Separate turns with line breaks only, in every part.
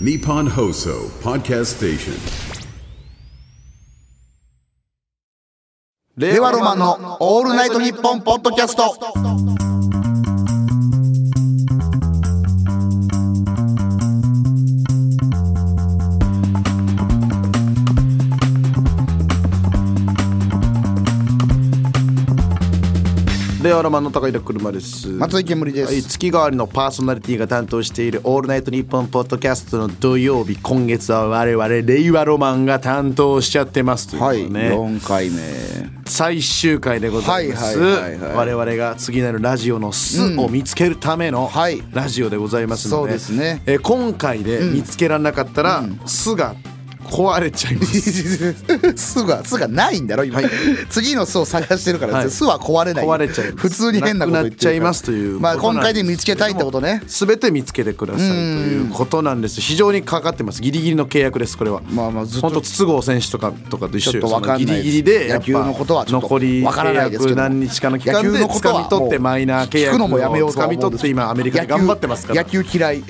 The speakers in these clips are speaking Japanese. Nippon Hoso Podcast Station.
令和ロマンのオールナイトニッポンポッドキャスト。
令和ロマンの高平車です。
松井煙です。
はい、月替わりのパーソナリティが担当している「オールナイトニッポン」ポッドキャストの土曜日今月は我々令和ロマンが担当しちゃってますということ
はい、
でね、
4回目。
最終回でございます、
はいはいはいはい
我々が次なるラジオの「す」を見つけるための
はい
ラジオでございますので,、
そうですね
えー今回で見つけられなかったら「す」が壊れちゃいます
巣が、巣がないんだろ、今。次の巣を探してるから、
はい
巣は壊れない。
壊れちゃいます
普通に変なこと言
なく
ってるから
なっちゃいますという
まあ、
こと
今
なん
回
です
で見つけたいってことね。
全て見つけてくださいということなんです非常にかかってますギリギリの契約ですこれは
まあまあずっと
本当筒香選手とかとかと一緒よ
ちょっとわかんな
そ
いです
のギリギリでやっぱ
野球のことはちょっと
残り
わから
契
ないですけ
約
ど
何日かの期間で
野球のことは
掴み取って
もう
マイナー契
聞
約
くのもやめようとは
掴
思
み
うん
取
で
っ
すけ
て
ど
今アメリカで頑張ってますから
野球野球嫌い。
ね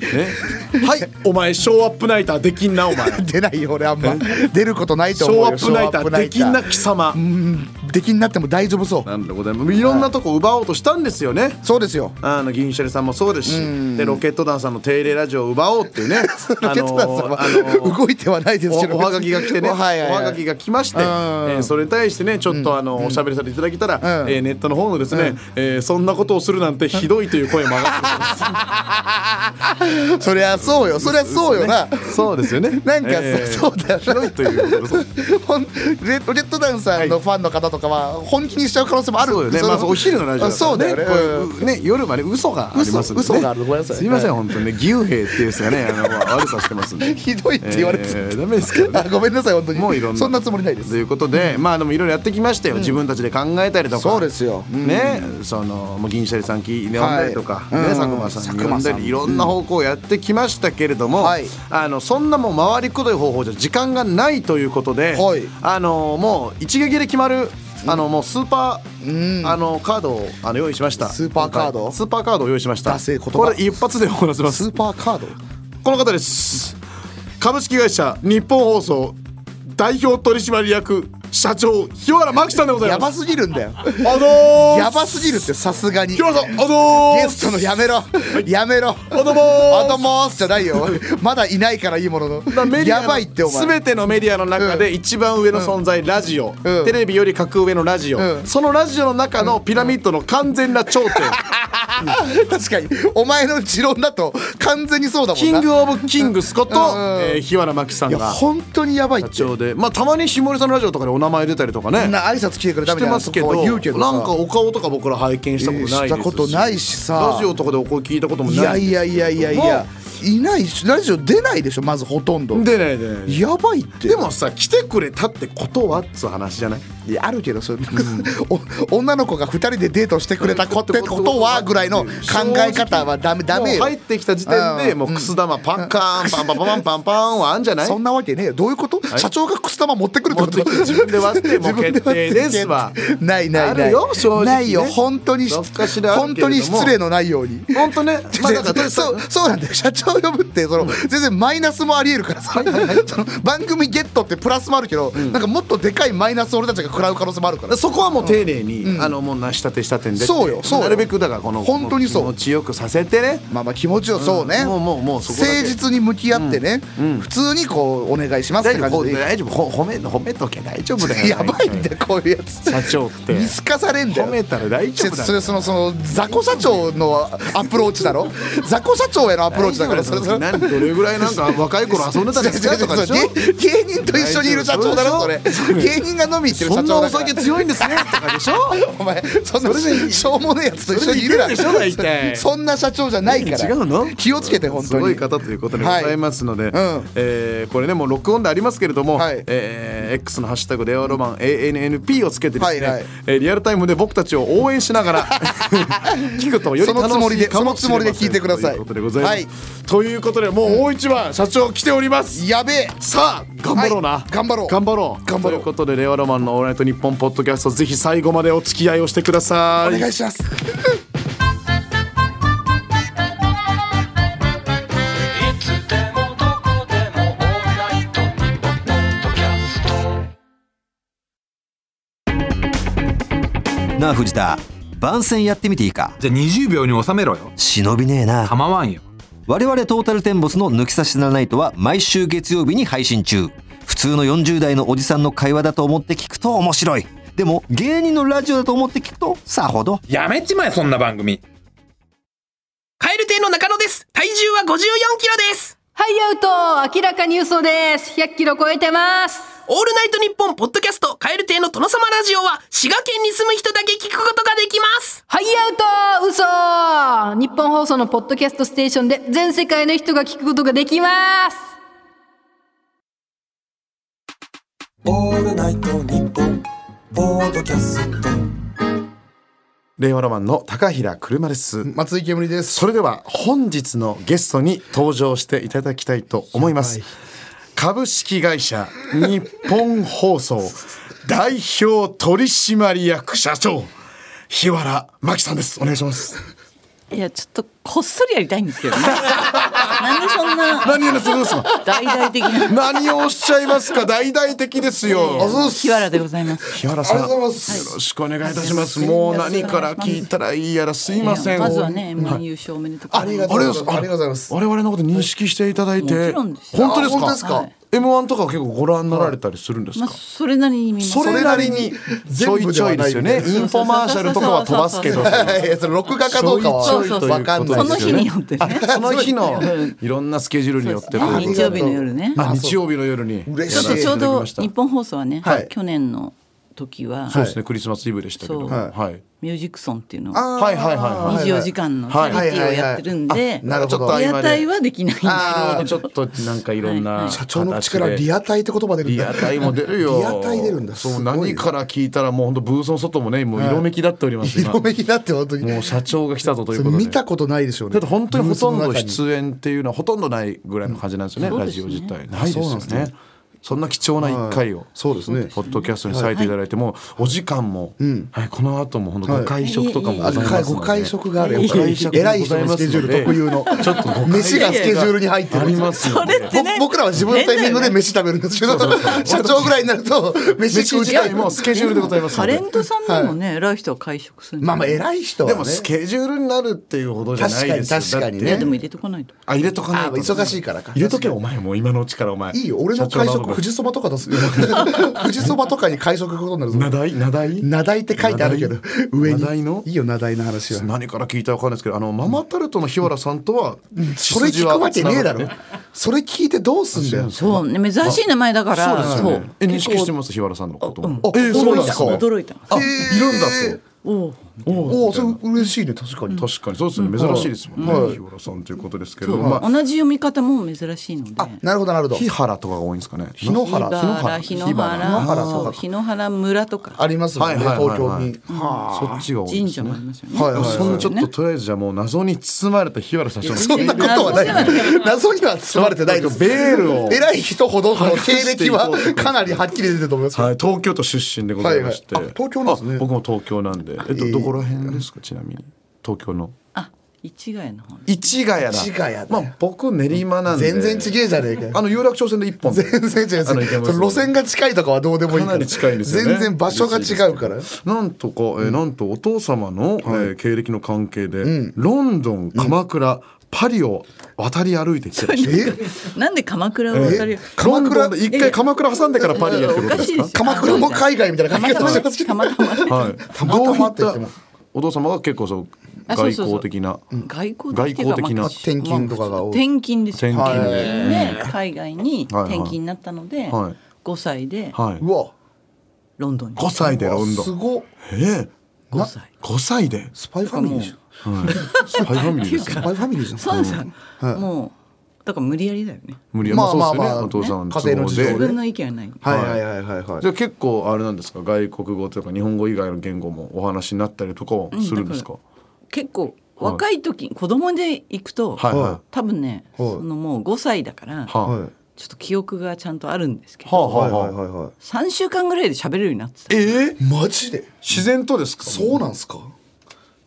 はいお前ショーアップナイターできんなお前
出ないよ、俺あんま。出ることない
シ
と
ョ
思う
ー
よ
ア。ップナイターできんな貴様
うんできになっても大丈夫そう。
なんでございますいろんなとこ奪おうとしたんですよね
そうですよ。
あの銀シャリさんもそうですしでロケット団さんの定例ラジオを奪おうっていうね
ロケット団さんは
あのーあのー
動いてはないですけど
おおはがきが来てね、
はいはいはい
おはがきが来まして、えーそれに対してねちょっとあの、おしゃべりさせていただけたら、
ん
えーネットの方のですね、えーそんなことをするなんてひどいという声も上がってます
そりゃそうよそりゃそうよな
そうですよね
なんかそそうだよな
ひどいということです
ほんレレッドダウンさんのファンの方とかは本気にしちゃう可能性もある
そうよね、
れ
まあ、お昼のラジオ
あそうだよね
こういうね夜はね嘘がありますんで、ね、
嘘嘘があるごめんなさい
すいません、
は
本当にね義勇兵っていうやつがねあの悪さしてますんで
ひどいって言われて
えーダメですけどね
あごめんなさい本当に
もういろんな
そんなつもりないで
と
す
いうことで、まあでもいろいろやってきましたよ、自分たちで考えたりとか
そうですようん
ねそのもう銀シャリさん聞呼んだりとか、
はい
ね
うん
佐久間さんに
佐久
呼
間
ん
さ
だ
ん
りいろんな方向をやってきましたけれども、
はい
あのそんなもう回りくどい方法じゃ時間がないということで、
はい
あのもう一撃で決まるあのもうスーパー、あのカードをあの用意しました
スーパーカード
今回スーパーカードを用意しました
ダセえ言葉
これ一発で終わらせます
スーパーカード
この方です株式会社日本放送代表取締役社長日原真紀さんでござ
や
いま
ば
す
すぎるんだよ
あのー、
やばすぎるってさすがに
日
ゲ
原さんあのー、
ストのやめろやめろ
あどうもー
あどうもーすじゃないよまだいないからいいもの
まあメ
の
ディア
や
の
ばいってお前
全てのメディアの中で一番上の存在、ラジオ、
うん
テレビより格上のラジオ、
うん
そのラジオの中のピラミッドの完全な頂点、
確かにお前の持論だと完全にそうだもん
キ
な
ング・オブ・キングスこと、
うん
えー日原真紀さん
いや
が
本当にやばいって
社長でまあたまに下森さんのラジオとかでお名前出たりとかね
みんな挨拶来てくれた
して
みたい
ま
な
す
と
け
こは
ど
言うけど
な
さ
んかお顔とか僕ら拝見したことないです
したことないしさ
ラジオとかでお声聞いたこともない
いやいやいやいやいやいないしラジオ出ないでしょまずほとんど
でねでね
やばいって
でもさ来てくれたってことはっつう話じゃない
いやあるけどそれ、 お女の子が2人でデートしてくれた子ってことはぐらいの考え方はダメダメ
も
よ
う入ってきた時点で
うん
もうくす玉パンカーンパンパンパンパンパンはあんじゃない
そんなわけねえよどういうこと社長がくす玉持ってくるって
持っ
こ
て
と
きて自分で割ってもう
自分
決
で割
定
っ
で
て
すわ
ないないない
あるよ正直ね
ないよ本当に
どっかしらある
本
けれど
当
も
に失礼のないように
本当 ねまあだから
そうそうなんだよ社長呼ぶってその、全然マイナスもありえるからさ、 その番組ゲットってプラスもあるけど、なんかもっとでかいマイナスを俺たちが食らう可能性もあるから
そこはもう丁寧に、あのもうなしたてしたてんでって
そうよそうよ
なるべくだからこの
本当にそう
気持ちよくさせてね
まあまあ気持ちよそうね、
うんもうもうもうそこだけ
誠実に向き合ってね、普通にこうお願いしますっ
大
て
丈
感
夫
じで
大丈夫ほ褒め褒めとけ大丈夫だよ
やばいんだよこういうやつ
社長って
見透かされんだよ
褒めたら大丈夫だよ
それそのその雑魚社長のアプローチ だろ雑魚社長へのアプローチだから
それ何どれぐらいなんか若い頃遊んでたんですかとかで しょ
そう芸芸人と一緒にいる社長だろそれ
大丈夫
芸人が飲み行ってる
そ
社
んな
長
お
だから
酒強いんですねとかでしょ
お前そんな
それで
しょうもねえやつと一緒にいるな
それでいけるでしょ大体
そんな社長じゃないから
違うの
気をつけて本当に
すごい方ということでございますので、
はいうん
えーこれねもう録音でありますけれども、
はい
えー X の「ハッシュタグレオロマン ANNP」をつけてですね、
はいはい
えーリアルタイムで僕たちを応援しなが ら聞くとより楽しい
そのつもりで
かもしれません
そのつもりで聞いてください
ということでございます、
はい
ということでもう大一番、社長来ております
やべえ
さあ頑張ろうな、
はい頑張ろう
頑張ろう
頑張ろ
と
う
いうことで令和ロマンの「オールナイトニッポン」ポッドキャストぜひ最後までお付き合いをしてくださ
お
い
願いします
いつでもどこなあ藤田番宣やってみていいか
じゃあ20秒に収めろよ
忍びねえな
構わんよ
我々トータルテンボスの抜き差しならないとは毎週月曜日に配信中普通の40代のおじさんの会話だと思って聞くと面白いでも芸人のラジオだと思って聞くとさほど
やめちまえそんな番組
カエル亭の中野です。体重は54キロです。
ハイアウト明らかに嘘です。100キロ超えてます。
オールナイトニッポンポッドキャスト、カエル亭の殿様ラジオは、滋賀県に住む人だけ聞くことができます。
ハイアウト嘘日本放送のポッドキャストステーションで全世界の人が聞くことができます。
令和ロマンの高平車です、
松井煙です
それでは本日のゲストに登場していただきたいと思います株式会社日本放送代表取締役社長日原真紀さんですお願いします
いやちょっとこっそりやりたいんですけどね なんでそんな
何をなさるんですか
大々的な
何をおっしゃいますか大々的ですよ
日原でございます
日原さん
ありがとうござい
よ
ます
ろしくお願いいたしますもう何から聞いたらいいやらすいません
いやまずはね M1 優勝おめでとうございます
ありがとうございます
あ
ありがとうございます
我々のこと認識していただい
も
て
ちろんですよ
本当ですか
あ本当ですかはい
M1 とか結構ご覧になられたりするんです
ま
か、
あそれなりに見ます
それなりにちょいちょいですよね
全部ではないみたい
インフォマーシャルとかは飛ばすけど
いやそれ録画かどうか
ちょい
は
ちょいということですよね
わかんない
その日によって ね
その日のいろんなスケジュールによってということで
日曜日の夜ね
あ日曜日の夜に
嬉しい
ちょっとちょうど日
そ
本放送はね、
はい
去年の時は、
うですねクリスマスイブでしたけど
そう
はい
ミュージックソンっていうのを
はいはいはいはい
24時間のチャリティーをやってるんで、
なるほど
ちょっと
リアタイはできないんです
あ
け
ーちょっとなんかいろんな
社長の力リアタイって言葉出るん
リ
だ
アタイも出るよ。
リアタイ出るんだす
そう
ごい
何から聞いたらもう本当ブースの外もねもう色めきだっております。今
色めきだって本当に
もう社長が来たぞという
そ
こ
れ
とで。
見たことないでしょうね
だって本当にほとん
ブ
ど
ースの中に
出演っていうのはほとんどないぐらいの感じなんですよね、
うん
ラジオ自体、
そうですね
ないですよ
そうなんで
ねそんな貴重な一回を、
はいそうですね
ポッドキャストに割いていただいて、もうお時間も、はい、この後も本当
はい
ご会食とかもございますので、
あご会食があるやっぱ
ご会食も
偉い人のスケジュール特有
ご
の
ざいますでちょっとご会食
飯がスケジュールに入ってる
ありますよ、ね、
それってね
ぼ僕らは自分のタイミングで飯食べるんですけど、社長ぐらいになると 飯
飯
食う
自
時間
体もスケジュールでございますの
タ
で
レントさんでもね、偉い人は会食するん
まあまあ
い
偉い人は
で
ね
もスケジュールになるっていうほどじゃないですよ
確かに確かにね
だ
や
っ
で
て
も入れとかないと
あ入れとかない
あ忙しいからか
入れとけよお前もう今のうちからお前
いいよ俺の会
社長
食
の
富士そばとか出すよ富士そばとかに会食行くことになるぞ
名題名題
名題って書いてあるけど
名題
上
名
に
題の
いいよ名題の話は
何から聞いたかわかんないですけどあのママタルトの日原さんとは
それ聞くわけねえだろそれ聞いてどうすんだよ
そうね珍しい名前だから
そうですよねえ認
結構
識してます日原さんのことも
あえーそうなんですか
驚いた
あいるんだと
おおそれ嬉しいね確かに
確かにそうですね珍しいですもんね日原さんということですけれどもまあ
同じ読み方も珍しいので
なるほどなるほど
日原とかが多いんですかね
日野原
日原日野
日野
原
原
そう日野原村とか
ありますもんね
はいはいはいは
東
い
京に
そっちが多いで
神
す
社
ね
もありますよね
はいはい
そんなちょっ
ね
ととりあえずじゃあもう謎に包まれた日原社長の
そんなことはない謎には包まれてないです
ベールを
偉い人ほどの経歴はかなりはっきり出てると思いますよ
はい、東京都出身でございまして、
はいはいあ東京なんですね
あ僕も東京なんで、えっと、どこら辺ですか、ちなみに。東京の。
あ市ヶ谷の方
市ヶ谷だ。
市ヶ谷だよ
まあ、僕練馬なんで。
全然違えじゃねえかよ
あの有楽町線で一本で。
全然違う
あの行けます
その路線が近いとかはどうでもいい
か
か
な
ら
り近いんですよね。
全然場所が違うから
なんとか、えーなんとお父様の、えー経歴の関係で、ロンドン、鎌倉、パリを渡り歩いてきてらっしゃる。
なんで鎌倉を渡る
ロンドンで一回鎌倉挟んでからパリやってる
お
こと
か
で
し
す
いで
か
すよ
鎌倉も海外みたいな感
たま
じ
た
が
ま
しますけど
たまたま
はい。
たまたまって言って
どういっ
も
たお父様が結構そう
あそ
外
うそうそう
交的な
外交
外交的な
まあ
転勤とかが多い
転勤ですよ
転勤で
ね海外に
はいはい
転勤になったので
はい
5歳で
はいう
わ
ロンドンに
5歳でロンド
す
ン
ごっ
ええ
5歳
5歳で
スパイファミリーでしょ
スパイファミリーです
ス
よ
パイファミリーじゃん
そうさもうだから無理やりだよね
無理やり
ま
ま
あ
あそうですよね
ま
お父
あまあ
さんの
家庭の事情
自
で
分の意見はない
はいはいはいはいはい
じゃあ結構あれなんですか外国語とか日本語以外の言語もお話になったりとかはするんですか、
結構若い時子供で行くと
はいはい
多分ねそのもう5歳だから
はあ、
はい
ちょっと記憶がちゃんとあるんですけ
は
ど
あはあはあ
はいはいはい
3週間ぐらいで喋れるようになってた
ええ
マジで
自然とですか
そうなんすか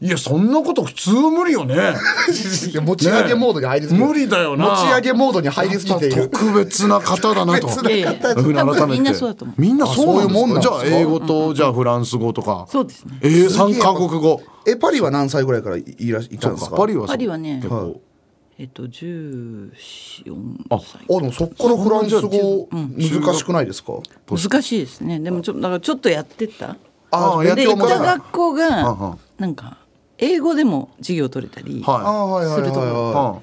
いやそんなこと普通無理よね
いや持ち上げモードに入りすぎ
ね無理だよな
持ち上げモードに入りすぎている
特別な方だなと
特別な方
いうふうに改めて
多分みんなそうだと思う
みんなそういうもんなんです
あ
か
そういうもんなんですか
じゃあ英語とじゃあフランス語とか
そうですね
えー、3カ国語
えパリは何歳ぐらいからいいらしいたんですか
パリはそう
パリはね
結構
えっと14歳
あでもそっからフランス語難しくないですか、
難しいですねでもちょっとだからちょっとやってった
あ
あ
あ
やっ
やって
で
て
行
お
った
か
学校
は
がなんか英語でも授業取れたり
あ
は
はいはいはい
い、
は
はい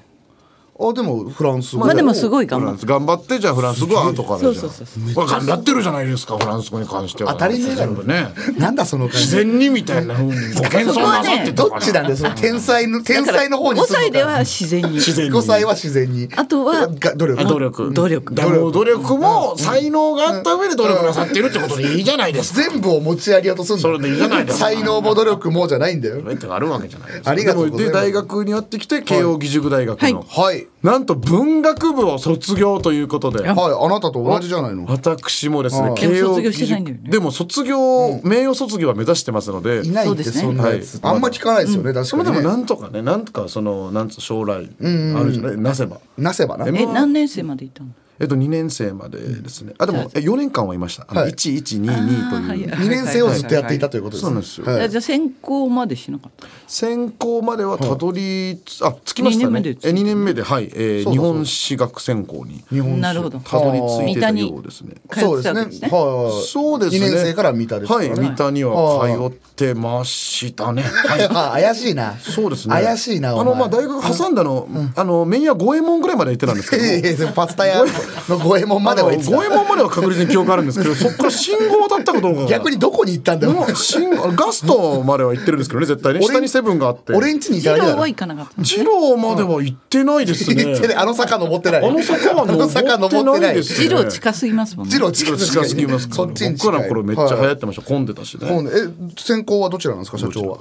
あでもフランス語
まあでもす
い
ごい
い、フ
頑
ラ
張っ
ンス頑張ってじゃあフランス語は後からじゃん
そうそうそ
これ頑張ってるじゃないですかフランス語に関しては
当たり前だ
全
ろ
部 ね
なんだその感
自
じ
然にみたいなふうにご謙遜なさってた
ど
か
っ
ら
ちなんだよその天才の天才の方に
5
する
歳
の
では
か
自然に
然に
5歳は自然に
あとは
が努力
あ努力
努力
だからもう努力も才能があった上で努力なさってるってことでいいじゃないですか
全部を持ち上げようとするの
それでいいじゃないですか
才能も努力もじゃないんだよ
ってあるわけじゃないです
ありがとうございます
で大学にやってきて慶応義塾大学の、
はい
なんと文学部を卒業ということで
はいあなたと同じじゃないの
私もですね
はい
慶応
卒業
義
してない
塾
んだよね
でも卒業名誉卒業は目指してますので
いない
そ
っ
う
て
ですね
そんなやつ、
はい
あんま聞かないですよね、確
それ
か
で
に、
も
ね、
なんとかねなんとかそのなんつう将来あるじゃないなせば
なせばな
でも
え何年生までいたの
えっと2年生までですねあでもえ4年間はいましたあの
はい
1122という
二年生をずっとやっていたというこ
こ
とです、
そうなんですよ
はい
じゃあ専攻までしなかった
専攻まではたどりつ、あつきました
二年目
ね
でついた
え2年目ではい、えー
そうだそうだ
日本史学専攻に
日本史
なるほど
たどり着いてた
三谷
ようですね
通
そう
って
です
た
ね
わ
は
け
いはい
ですね
そうですね
二年生から三田ですか
は
ら
い
ね
三谷は通ってましたねはい
あ 怪しいな
そうですね
怪しいなお
あ
前
のまあ大学挟んだの、あの麺屋五右衛門ぐらいまで行ってたんですけ
い
ど
やいやいやパスタ屋の五右衛門ま
あ
で
の
は
五
行って
右衛
た
門までは確実に記憶あるんですけ どそこから信号だったかどうかが
逆にどこに行ったんだよ
もう信号ガストまでは行ってるんですけどね絶対ね下にセブンがあって
俺んちにいた
授
だけだ
業
ろ
は行かなかった
二郎までは行ってないですね
行 ってねあの坂登ってない
あの坂は
あの坂登ってない
です
授業近すぎますもんね
ジロ近く
近すぎますか
そ
ら
っち
ね
に
僕
近
ら
い
の頃めっちゃ流行
は
ってました混んでたしね
いもうねえ専攻はどちらなんですか社長は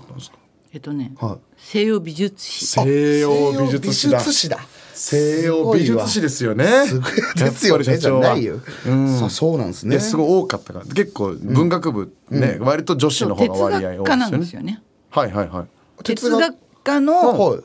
えっとね
はい
西洋美術史
西洋美術史だ
美術史だ
西洋美術史ですよね
すごいですよ
やっぱ
ね
り
じ
社
ゃ
長は
ないよそうそうなんです
い
ね
やすごい多かったから結構文学部ね割と女子
そ
の
う
方
哲
が割合
学
多
科
い
なん
で
ですす
よ
よ
ね
ね
はいはいはい
哲学科
は
の
い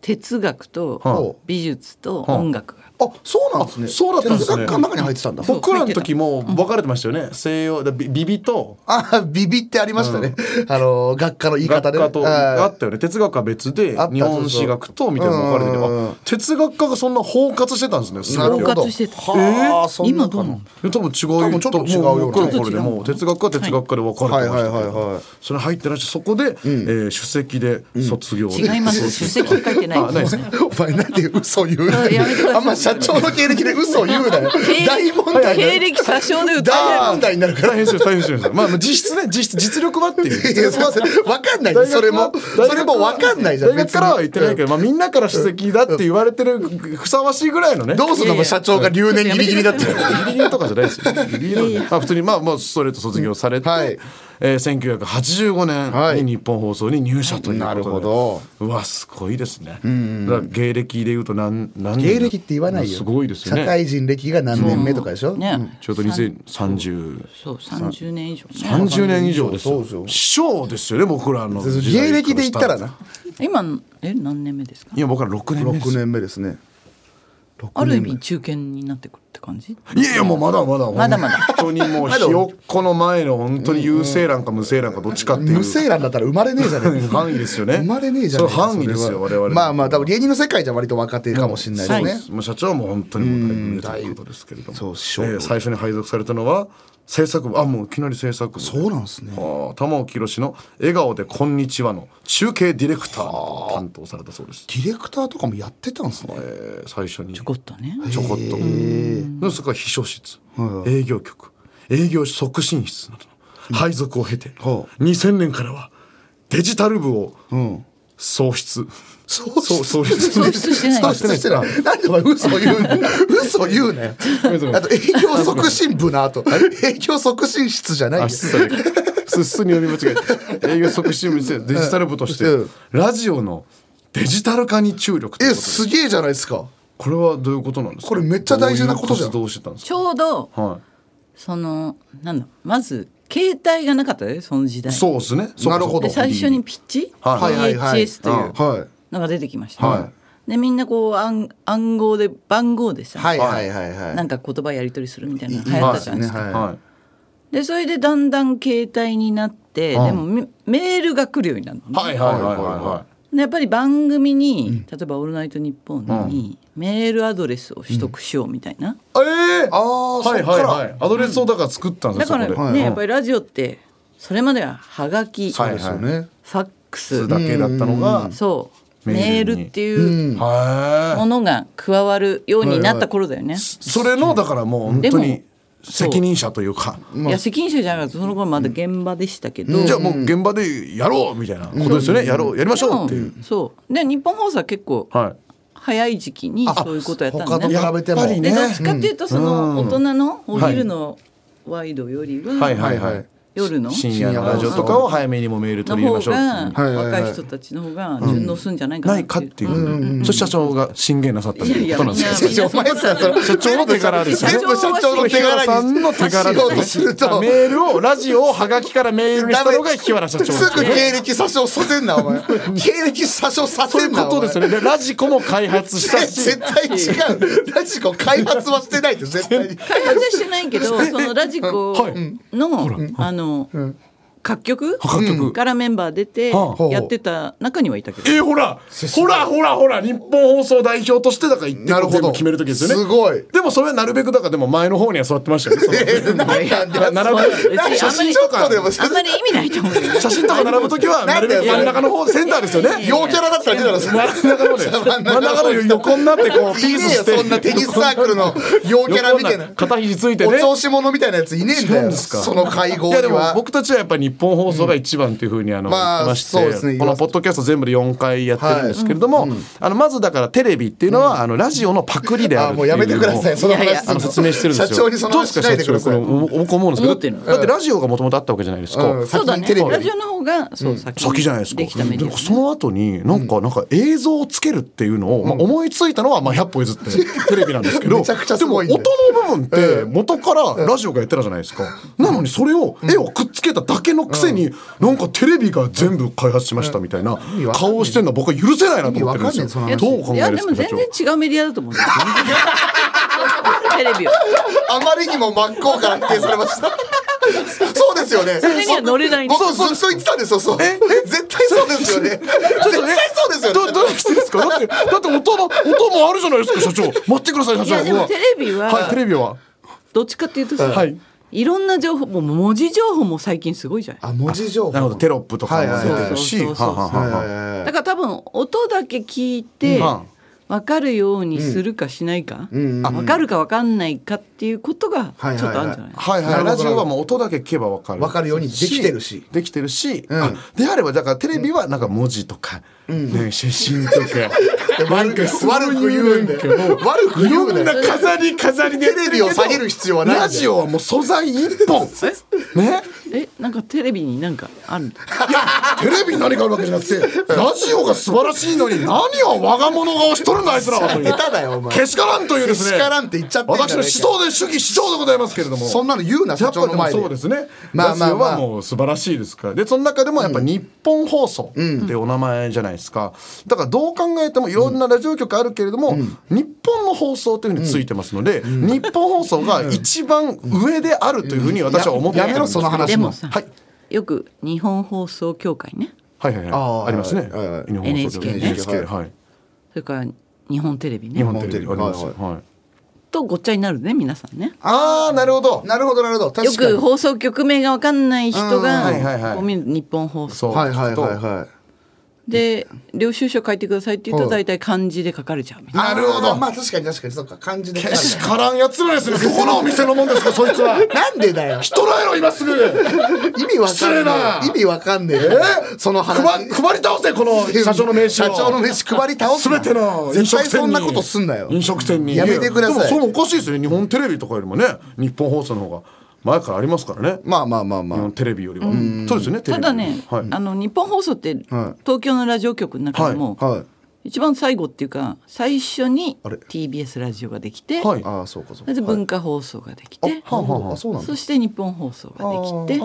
哲学
は
と美術と音楽が
あそうなんですね
あそうだったんですね
哲学科の中に入ってたんだ
僕らの時も分かれてましたよね西洋だビビビと
あビビってありましたねあの学科の言い方
学
で
科とあ
は
ったよね哲学は別で
あった
日本史学とみたいなの分かれてて
うん
あ哲学科がそんな包括してたんですね
いなる
包
ほど
括してた
はあそんな
今
感じ
どうなの
いや多分違う
多分ちょっと違うよね
僕らの頃でもう哲学は哲学科で分かれてましたけど、
はいはいはいはい
それ入ってらっしゃそこで、えー首席で卒業、
違います出席書いてない
あないです
お前なんで嘘言う
あやめてください
あんま社長の経歴で嘘を言うなよ
経
大問題
経歴詐称で歌え
大
ない
問題になるから
大変ですよ大変ですよまあまあ実質ね実質実力はっていう
いやすいませんわかんないねそれもそれもわかんないじゃん
大学からは言ってないけど、まあ、みんなから首席だって言われてるふさわしいぐらいのね
どうすんのもう社長が留年ギリギリだって
ギリギリとかじゃないですよ。ギリギリなんでまあ普通にまあまあストレート卒業されて、
うんはい
えー、1985
はい
年に日本放送に入社ということで、
なるほど
うわすごいですね。だから芸歴で言うと何何年だ
芸歴って言わないよ
すごいですよ
社
ね。
会人歴が何年目とかでしょ
ね
ちょうど2030
そう30年以上ね
30年以上です
そう
よ
ですよ
師匠ですよね僕らの時代
芸歴で言ったらな
今え何年目ですか
いや僕ら6年目です
6年目ですね
ある意味中堅になってくるって感じ
いやいやもうまだまだ
まだまだ
本当にもうひよっこの前の本当に優勢欄か無勢欄かどっちかっていう
無精卵だったら生まれねえじゃねえ
範囲ですよね
生まれねえじゃねえ
そう範囲ですよ我々の
まあまあ多分芸人の世界じゃ割と若手かもしれない
そうで
です
す
ね
もう社長はもう本当にもう大変ということですけれども、
そう師匠
えー最初に配属されたのは制作部あもういきなり制作部
そうなんですね
ああ玉置宏の「笑顔でこんにちは」の中継ディレクターを担当されたそうです、
ディレクターとかもやってたんですね
えー最初にちょ
ゴッとね
こっとでそこから秘書室、営業局営業促進室などの配属を経て、
は
2000年からはデジタル部を
うん
創出、
そう
そう
そ
創
う
出
喪失してない
そうしてないなんでお前嘘言う嘘言うなよあと営業促進部の後営業促進室じゃない よ
あ、失礼。すっすに読み間違えた。営業促進部にデジタル部として
うん、
ラジオのデジタル化に注力という
え
ことです
げえじゃないですか
これはどういうことなんですか
これめっちゃ大事なことじゃん
どういう活動をしてたんです
ちょうど
かは
そのなんだまず携帯がなかったでその時代
そうですね。
なるほど
で最初にピッチ、
はい
はいはいはい
VHS という
は
のが出てきました、
は
でみんなこう暗暗号で番号でさ、
はいはいはいはい
なんか言葉やり取りするみたいなの流行ったじゃないですか、
はい
は
でそれでだんだん携帯になって、でもメメールが来るようになるのね、
いはいはいは
でやっぱり番組に、例えば「オールナイトニッポン」にメールアドレスを取得しようみたいな、
いはい。ええ。
あー
はい
そっ
はい
から
はい。アドレスをだから作ったんで
だ
すよ。
から
そ
ね、
こで
やっぱりラジオってそれまでははがき、
はい
フ
はい
いね
ァックス
だけだったのが。
そう
メ
メ
ール
ール
に
っていう
は
ものが加わるようになった頃だよね。
い。それのだからもう本当に
でも
責任者というか。
いや責任者じゃないその頃まだ現場でしたけど、
じゃあもう現場でやろうみたいなことですよね。やろうやりましょうっていう。
でもそうで日本放送は結構
は
早い時期にそういうことやったんだ
他と
ね。
比べても
やっぱり
で
ね
どっちかっていうとその大人のお
はい
昼のワイドより
い。はい
は
はいはい。
夜の
深夜のラジオとかを早めにもメール
の
取り入れ
方
ましょうってい
が
う。
はいはい
若い人たちの方が順応するんじゃないか
な
ない
かっ
ってて
い
いう
う。そして社長が進言なさったと
いやい
いう
や
ことなんですよ。
みんなみんなそう思ってた
それ
社長の手柄ですよね
全部社長の手柄に
さんの手柄
しようとすると
メールをラジオをハガキからメールにしたのが日原社長
すぐ経歴詐称させんなお前経歴詐称さ
そうい
せ
うんこ
な
と
お前
ですよねでラジコも開発した
絶
し
絶対違うラジコ開発はしてないって絶対に
開発はしてないけどそのラジコの、あの、各局
各局
からメンバー出て
は
あ
やってた中にはいたけど
えーほらほらほらほら日本放送代表としてだから一点
な
を
るほど
全部決める時ですよね
すごい
でもそれはなるべくだからでも前の方には座ってましたよねその
何なんだよ
並ぶ
なんか
別に
写
あんま
真
り
ちょっとでも
あんまり意味ないと思うよ
写真とか並ぶ時はなるべく真ん中の方センターですよね
陽キャラだったら出たら
真ん中のね真ん中の横になってこうピ
い
ース
ねえよ
して
そんなテニスサークルの陽キャラみたいな
横肩肘ついて
お
ね
調子者みたいなやついねえんだ
違うん
よ
ですか
その会
い
合に
やでも
は
僕たちはやっぱり日本放送が一番というふうにあの、
ま
言っ
あ
てまして、
そうですね
このポッドキャスト全部で4回やってるんですけれども、あのまずだからテレビっていうのは、あのラジオのパクリであるっ
あ
て
も
いうう
やめてくださいその
いやいや
話す
あ
ん
の
の
説明してるんですよ
社長にその話しないでください
どうですか社長この僕思うんです
思
け
って
ど
るの
だってラジオがもともとあったわけじゃないですか、
うん
そうだね
先にテレビ
ラジオの方がそう先に
先じゃないですか
できたメディア
でその後になんかなんか映像をつけるっていうのを、まあ、思いついたのはまあ100歩譲ってテレビなんですけど
めちゃくちゃすごいね
でも音の部分って元からラジオがやってたじゃないですか、なのにそれを絵をくっつけただけのくせに、なんかテレビが全部開発しましたみたいな
意わかんねえ
顔をしてるのは僕は許せないなと思ってるんですよ
意味わかんねえそ
ど
の
う考
い
え
や
るんで
ですも
か
全
社長
然違うメディアだと思うんだよテレビを
あまりにも真っ向から否定されましたそうですよね
それには乗れないんです
僕ずっと言ってたんですよそう絶対そうですよね絶対そうですよ
ど
ね
どうしてですかだってだって音の音もあるじゃないですか社長待ってください社長
いやでもテレビは
はいテレビは
どっちかっていうとさ、
はい
い、ろんな情報もう文字情報も最近すごいじゃな
あ
い
文字情報
なるほどテロップとかも出てるし
はいはいはい
はあはあはあはあ
だから多分音だけ聞いて
うん
分かるようにするかしないか、分かるか分かんないかっていうことがちょ
はいはいはい
っとあるんじゃない、
はい
な
はい、
るほど
ラジオはもう音だけ聞けば分かる
わかるようにできてるし
できてるし、あであればだからテレビはなんか文字とか、ね、写真とかなんかそう
悪く言
いう
うん
んだ
だよ
けど
悪く
い
言
ろ
うんな
な飾り飾りでやってるけど
テレビを下げる必要はないんだ
ラ
よ
ジオはもう素材一 本ね
えなんかテレビになんかある
テレビに何があるわけじゃなくてラジオが素晴らしいのに何を我が物顔しとるんだあいつらはという
下手だよお前
けしからんというですね
けしからんって言っちゃってんじゃ
私
ねえ
の
か
思想で主義主張でございますけれども
そんなの言うな社長の前で
やっぱりもそうですね、
まあまあまあ
ラジオはもう素晴らしいですからでその中でもやっぱ日本放送ってお名前じゃないですかだからどう考えてもいろんなラジオ局あるけれども、日本の放送というふうについてますので、日本放送が一番上であるというふうに私は思ってるんですけど
やめろその話
でもさ、
はい
よく日本放送協会ね
はいはいはい
あ
あ
ー
りますね、
はいはい
日本放送
NHK ね
NHK はい
それから日本テレビね
日本テレビあります
は
はいい、
とごっちゃになるね皆さんね
ああなるほど
なるほどなるほど
よ
確かに
く放送局名が分かんない人
うんはいはいはい
がこう見る日本放送
そう
はいはいは
聞
い
くと
は
で領収書書いてくださいって言うと大体漢字で書かれちゃうみたい
い
な
なるほど
あーまあ確かに確かにそっか漢字 で
けしからんやつらです ねどこのお店のもんですかそいつは
なんでだよ
人らえろ今すぐ
意味わ
失
かん
礼
ね
な
え意味わかんねえ
え
その
配
話
配り倒せこの社長の名刺を
社長の名刺配り倒す
す
な
べての飲
絶
食
対
店に
そんなことすんなよ
飲食店に
やめてください
やでもそれおかしいですよね日本テレビとかよりもね日本放送の方が前からありますからね
まあまあまあま
日
あ
本テレビよりはそうですよねテレ
た
ビ
だね、
はい
あの日本放送って
は
東京のラジオ局の中でも、
はい
一番最後っていうか最初に
あれ
TBS ラジオができて、
はい
ああそうかそう
そ
か
れで文化放送ができて、
あはあはああそうなんだ
そして日本放送ができて
あ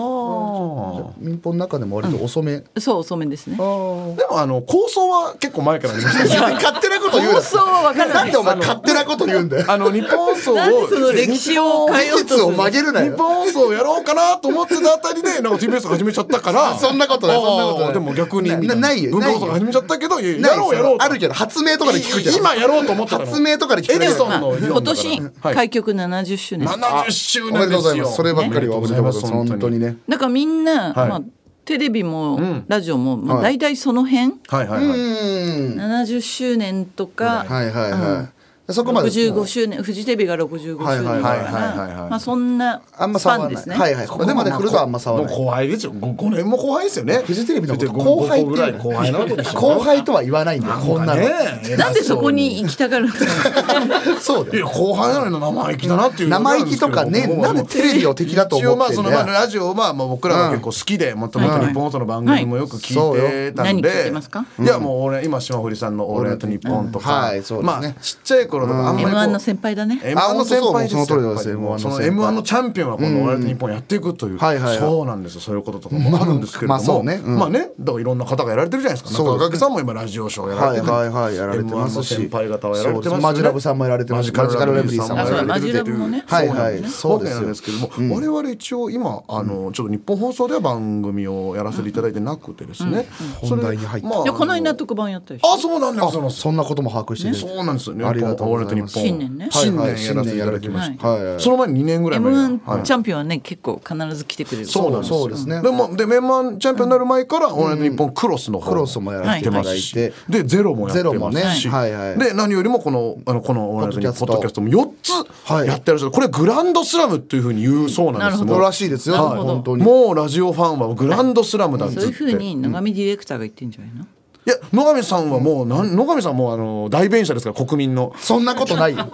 民放の中でも割と遅め、
そう遅めですね
ーでもあの構想は結構前からありま したね
勝手なこと言う
放送は分から
な
なんい
でお前勝手なこと言うんだよ
あの日本放送を
なんでその歴史を変えよ
事
うと
実
す
を
るの
曲げるな
日
よ
本放送をやろうかなと思ってたあたりで なんか TBS 始めちゃったから
そんなことないそんなことない
あーでも逆に
ななないよ
文化放送
ないよ
始めちゃったけどいや
な
や
い
ろうやろう
あるけど発明とかで聞くけど
今やろうと思ったの
発明とかで聞くけ
エ
ど
ジソ
まあ
ンの理論だ
今
から
年、
はい
開局70周年
70周
おめ
年
で
で
とうござ
す
いま
よ
すそればっかりはおめでとうございます本当にね
だからみんな、
はい
まあ、テレビも、
ん
ラジオも、まあ、大体その辺、
はいはいは
う
い
ん
70周年とか、
はいはいはいそこまで
65周年フジテレビが65周年だから、
はいはいはいはいはい
まあ、そんな
あんま
スパ
触ら
ンで
ない
すね。
はいはいここまで来るとあんま触らない
もう後輩ですよ5年も後輩ですよね
フジテレビのこと
ご
後輩っ
ご
て
ぐ
い
らい
う
後輩なわけでしょ
後輩とは言わないんだよこんなの
ねえ
なんでそこに行きたがるの
そうだ
い
よ
や後輩なのに生意気だなっていう
生意気とかね
僕は
なんでテレビを敵だと思ってん
一応
だ
まあそ
よ
のまあラジオまあまあ僕らが結構好きでもともと日本放送の番組もよく聞いてたん
はい何聞い
で
てますか
いやもう俺今島堀さんの「オールナイトニッポン」と
うん
か
はいそうです
ま
ね
あちっちゃい頃とかあんまり
M1 の
こう
先輩だね。
M1 の先輩ですよ
あ本当そうその通りです
やっぱり
M1 の
そ
先輩
の M1 のチャンピオンはこの「オールナイトニッポン」やっていくという
はいはいはい
そうなんですよそういうこととかもあるんですけれど
まあそ
も
うねうん
まあねだからいろんな方がやられてるじゃないですか
そうですね
中川家さんも今ラジオショーやられてて
はいはいはいやられてますし
M1 の先輩方はやられてますよね
マジラブさんもやられてますしマジカルラブリーさんも
あ
や
そう
ら
だ
れてる
マジラブもね。
はい
そうなん
は
だ
い
ね
そ
そうう
です
なん
よ
ですけども、我々一応今あのちょっと日本放送では番組をやらせていただいてなくてですね、それ
本題に入って
まあ
でこの間特番やったでしょ。
あそうなんですよ
そんなことも把握してる
そうなんですよね
ありがとうございます
オールナイトニッポン
新年ね
新
はいはい
年やらせていただきました、
はいはいはい
その前に2年ぐらい前
M1
はい
チャンピオンはね結構必ず来てくれる。
そうなんですよ
そうですね
でもでメンマンチャンピオンになる前から「オールナイトニッポン」クロスの方
クロスもやらせていただいて
でゼロもやって
ゼロも
ま
ね
すし、
はいはい
で何よりもこの「あのこのオールナイトニッポン」ポッ
ポッ
ドキャ
ドキャ
ス
ス
ト
ト
も4つ
はい
やってらっしゃるこれグランドスラムっていうふうに言うそうなんです
なるほ
も
ど
う
らしいですよ
はい
本当に
もうラジオファンはグランドスラムだっつって
そういうふうに長見ディレクターが言ってんじゃないの。
いや野上さんはもうなん野上さんもうあの代弁者ですから国民の
そんなことない よ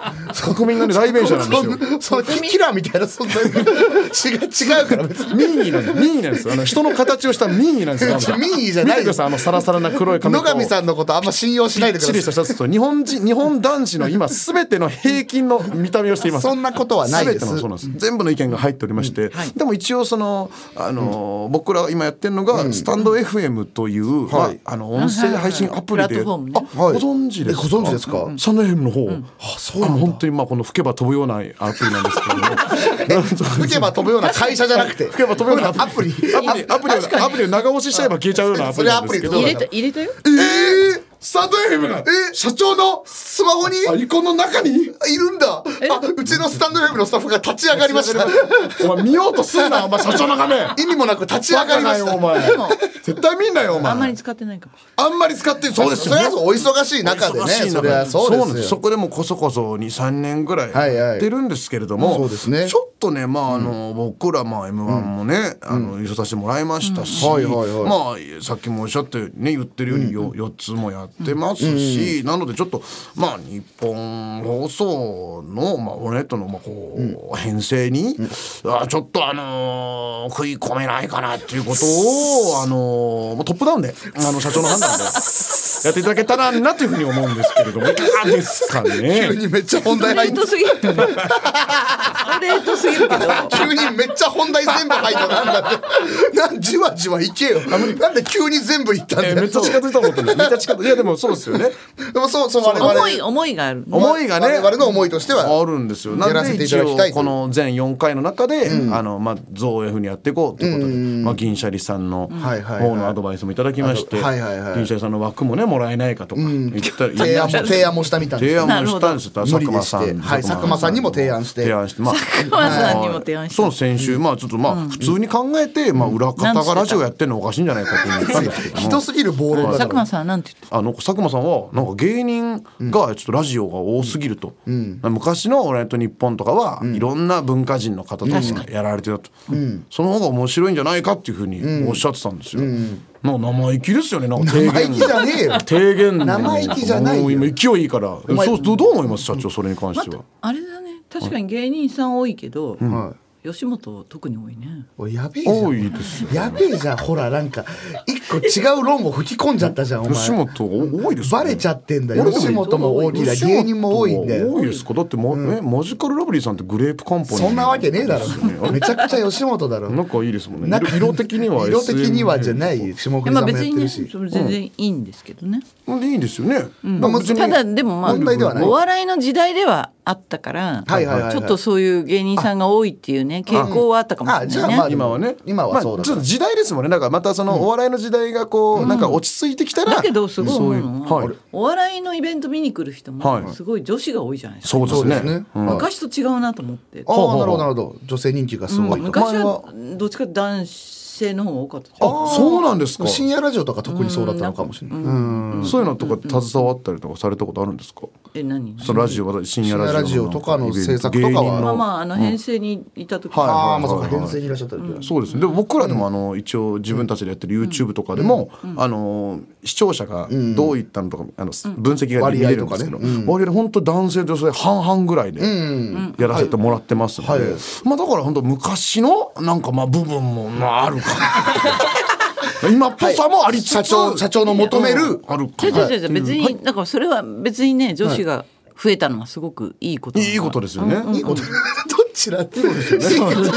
国民の代弁者なんですよ
そのキラーみたいな存在違う違うから別に
民意なんです民意なんですよあの人の形をした民意なんですよ
違う民意じゃな
見
い
てくださいあのサラサラな黒い髪
野
と
上さんのことあんま信用しないでく
シリ
だ
ーと
さ
したシャツと日本人日本男子の今すべての平均の見た目をしていま
い
す
そんなことはない
全
で
て
す
のそうなんです全部の意見が入っておりまして、
はい
でも一応その、あのー僕らが今やってるのが、スタンド FM という、まあ
はい
あの音声配信アプリで、
プラットフォームね
あご存知ですか
えご存知ですか
スタンド FM の方、あそうなの本当にまあこの吹けば飛ぶようなアプリなんですけども
吹けば飛ぶような会社じゃなくて
吹けば飛ぶような
アプリ
アプリアプリをアプリを長押ししちゃえば消えちゃうようなアプリなんですけど
それアプリ
入れた入れたよ。
えー
スタンド FM が
え社長のスマホに
アイコンの中 に
いるんだあうちのスタンドウェブのスタッフが立ち上がりました
お前見ようとすんなお前社 長の画面
意味もなく立ち上
バ
が
カ
りま
な
し
よ
た
お前絶対見んなよお前
あんまり使ってないかもし
あんまり使ってそうです
そ
よ
れ
ね
はそうお忙しい中でね
忙しい
そ
中
れはそう
なんです
で
す
よ
そこでもこそこそ23年ぐらい
はいはい
やってるんですけれども、
そうですね
ちょっとねまああの、僕らまあ m 1もね、あの優勝させてもらいましたし、
うんはいはい
まあさっきもおっしゃったようにね言ってるようによ、4つもやってますし、なのでちょっとまあ日本放送のまあオネットのまあこう、編成に、あちょっとあのー食い込めないかなっていうことをあのーもうトップダウンであの社長の判断で。やっていただけたらなというふうに思うんですけれ ども、いかがですか
急
ね。
にめっちゃ本
れ
題
ない。
入っ
ストレートすぎる。ストレートすぎるけど。
急にめっちゃ本題全部入ったなんだって なんじわじわいけよなんで急に全部いったんだ
え
よ、
ーめっちゃ近づいたと思ったんです。めっちゃ近づいいやでもそうです よね。
でもそうそう我々
思い思いがある。
思いがね、
我々の思いとしては
あるんですよ。な
やら
ん
せ
で
てい
一
ただき
応
たいとい
こ
う
の全4回の中で、あのまあ造営風にやっていこうということで、まあ銀シャリさんの
はいはいはい
方のアドバイスもいただきまして、
あとはいはいはい
銀シャリさんの枠もねもらえないかとか言ったり、
提案も提案もしたみたいです
提案もしたんですよ。佐
無理
久
で
間
して
さん、
はい佐久間さんにも提案して
提案して、まあ
佐久間さんにも提案して
そう先週まあちょっとまあ普通に考えてまあ裏方がラジオやってるのおかしいんじゃないかと思ったんですけども
ひどすぎる暴論だか
佐久間
ら
さんはなんて言って
あの佐久間さんはなんか芸人がちょっとラジオが多すぎると、昔の「オールナイトニッポン」とかはいろんな文化人の方とかやられてたと、その方が面白いんじゃないかっていうふうにおっしゃってたんですよ。なんか生意気ですよねなんか提
生意
言
気じゃねえよ
提言
生意気じゃないよ
もう今勢いいからそうどうどう思います社長それに関しては。
あれだね確かに芸人さん多いけど、吉本特に多いね
おいやべえじゃん
多いですよ
やべえじゃんほらなんか一個違う論を吹き込んじゃったじゃんお前
吉本多いですよ
バレちゃってんだよ吉本も大きいだ
吉
芸人も多いんだ
本は多
よ
いですかだっても、えマジカルラブリーさんってグレープカンパニー
そんなわけねえだ
ですよねあ
ろ
れ
めちゃくちゃ吉本だろ
仲いいですもんね
なんか
色的には
色的には
SM
じゃない下
いや
国
ま
さ
あ
んもやっ
別
て
にね
るし
それ全然いいんですけどね、
いいですよね、
まあ別に
ただでもまあ
問題ではない
お笑いの時代ではあったから、
はいはいはいはい
ちょっとそういう芸人さんが多いっていうね傾向はあったかもしれないね。
あじゃあまあ
今はね
今はそ
ま
うだ
あ、
か
ちょっ
ら
と時代ですもんねだからまたそのお笑いの時代がこう、なんか落ち着いてきたら
だけどすごい思う
そうい
の
う
は
はい
お笑いのイベント見に来る人
は
も
い
すごい女子が多いじゃないです
そ
か、
うですね
そうですね
うん
昔と違うなと思って、
あ
ほうほ
あ
う
なるほどなるほど女性人気がすごいと
昔
前
は
は
どっちかっていうと男性の方が多かったじゃん
あそうなんですか
深夜ラジオとか特にそうだったのかもしれない
そういうのとか携わったりとかされたことあるんですか、
え何
そのラジオは深夜ラジオの
深夜ラジオとかの制作とかは
芸人の
まあまああの編成にいた時、
はい
ああまあそう
は
か
いはい
編成にいらっしゃった時は
そうですね。でも僕らでもあの一応自分たちでやってる YouTube とかでもあの視聴者がどういったのとかあの分析が見れるんですけど、割合本当男性女性半々ぐらいでやらせてもらってますので
はい、
まあだから本当昔のなんかまあ部分もまああるかな。今っぽさもありつつ、
社長社長の求める
ある
違
か
う
な
違う違う別に、だからそれは別にね女子が増えたのはすごくいいことなんだ
いいことですよね。
いいこと どっちだっていうことですよねさ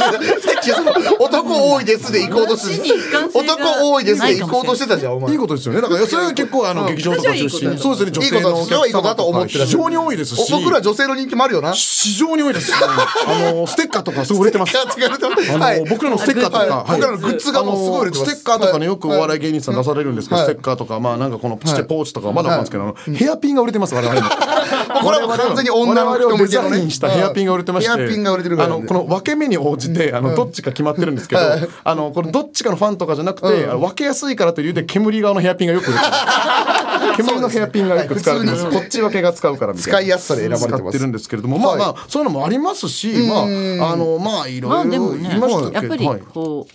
っきその男多いですで行こうとして
話に一貫性が
男多いですで行こうとしてたじゃん
い
お
い
前
ことですよね。だからそれは結構あの劇場とか中心に、そうですね女性のお
い
客
いこと
様
だと
と
思っ
か
てらっ
非
しゃる
常に多いですし、
僕ら女性の人気もあるよな
非常に多いです。 あのステッカーとかすごい売れてます。 あの、
はい
僕らのステッカーとか、
はい僕らのグッズがもうすごい売れてま
あ
す
のステッカーとかねよくお
は
笑
い
い芸人さん出されるんですけど、
はい
ステッカーとかまあなんかこのちっちゃいポーチとかまだわかんないですけど、あのヘアピンが売れてます我々も。
これはもう完全に女の
我々
人
を
向
デ
け
ザ
のね
インしたヘアピンが売れてまして、
ヘアピンが売れてるぐ
あ
らいな
の
んで
この分け目に応じてあのどっちか決まってるんですけど、あのこれどっちかのファンとかじゃなくて、あの分けやすいからという理由で煙側のヘアピンがよく 売れてます。煙のヘアピンがよく使われてます。
はい普通
こ
に
っち分けが使うからみたいな。
使いやすさで選ばれてます
使ってるんですけれども、まあまあそういうのもありますし、まああのまあいろ
まあ
い
でも
ろ
ね
言いましたけ
やっ
ど、
ぱり
はい
こう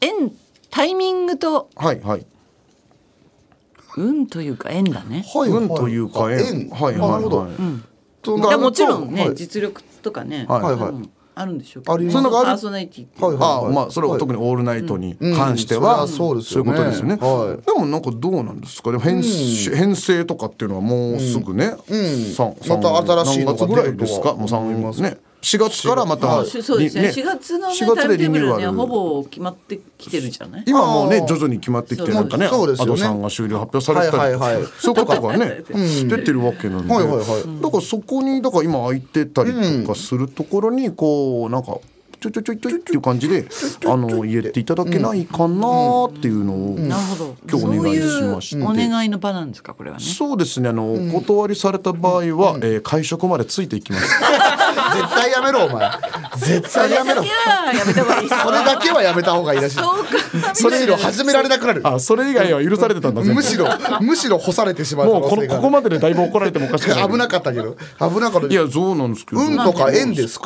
縁タイミングと
はいはい。
運というか縁だね。
はい
運というか縁、
縁はい
はい
なるほど
はい
と
いやもちろんね、
はい
実力とかね、
はい
はいはい
うんあるんでしょうけど、
あります
その
そんなのがある
パーソナリティっていう
はい
ああまあそれは特に「オールナイト」に関しては、
うんそりゃそうですよね
いうことですよね、
はい
でもなんかどうなんですかでも編,、編成とかっていうのはもうすぐね、三
また新しい
何
のが
月ぐらいですかもう
出るとは思い
3
ます
ね4月からまた、
そうそうですね。4月のねタイムテーブルねほ
ル
ぼ決まってきてるじゃない。
今もうね徐々に決まってきてなんかね
そうですよね
アドさんが終了発表されたりとか、
はいはいはい
そういうことがね出てるわけなんで、
はいはいはい
だからそこにだから今空いてたりとかするところにこうなんかちょいちょいちょいちょいっていう感じであの入れていただけないかなっていうのを
なるほど。
今日お
そう
願いしまして
いうお願いの場なんですかこれはね。
そうですねあの、お断りされた場合は、えー会食までついていきます
絶対やめろお 前絶対やめろ
いややめた方がいいっす
それだけはやめた方がいいらしい
そうか。
それ以上始められなくなる
あそれ以外は許されてたんだ
むしろむしろ干されてしまう可
もう
能
こ
性
のこ
がある
こまででだいぶ怒られてもおかしくない
危なかったけど危なかった
いやそうなんですけど
運とか縁ですか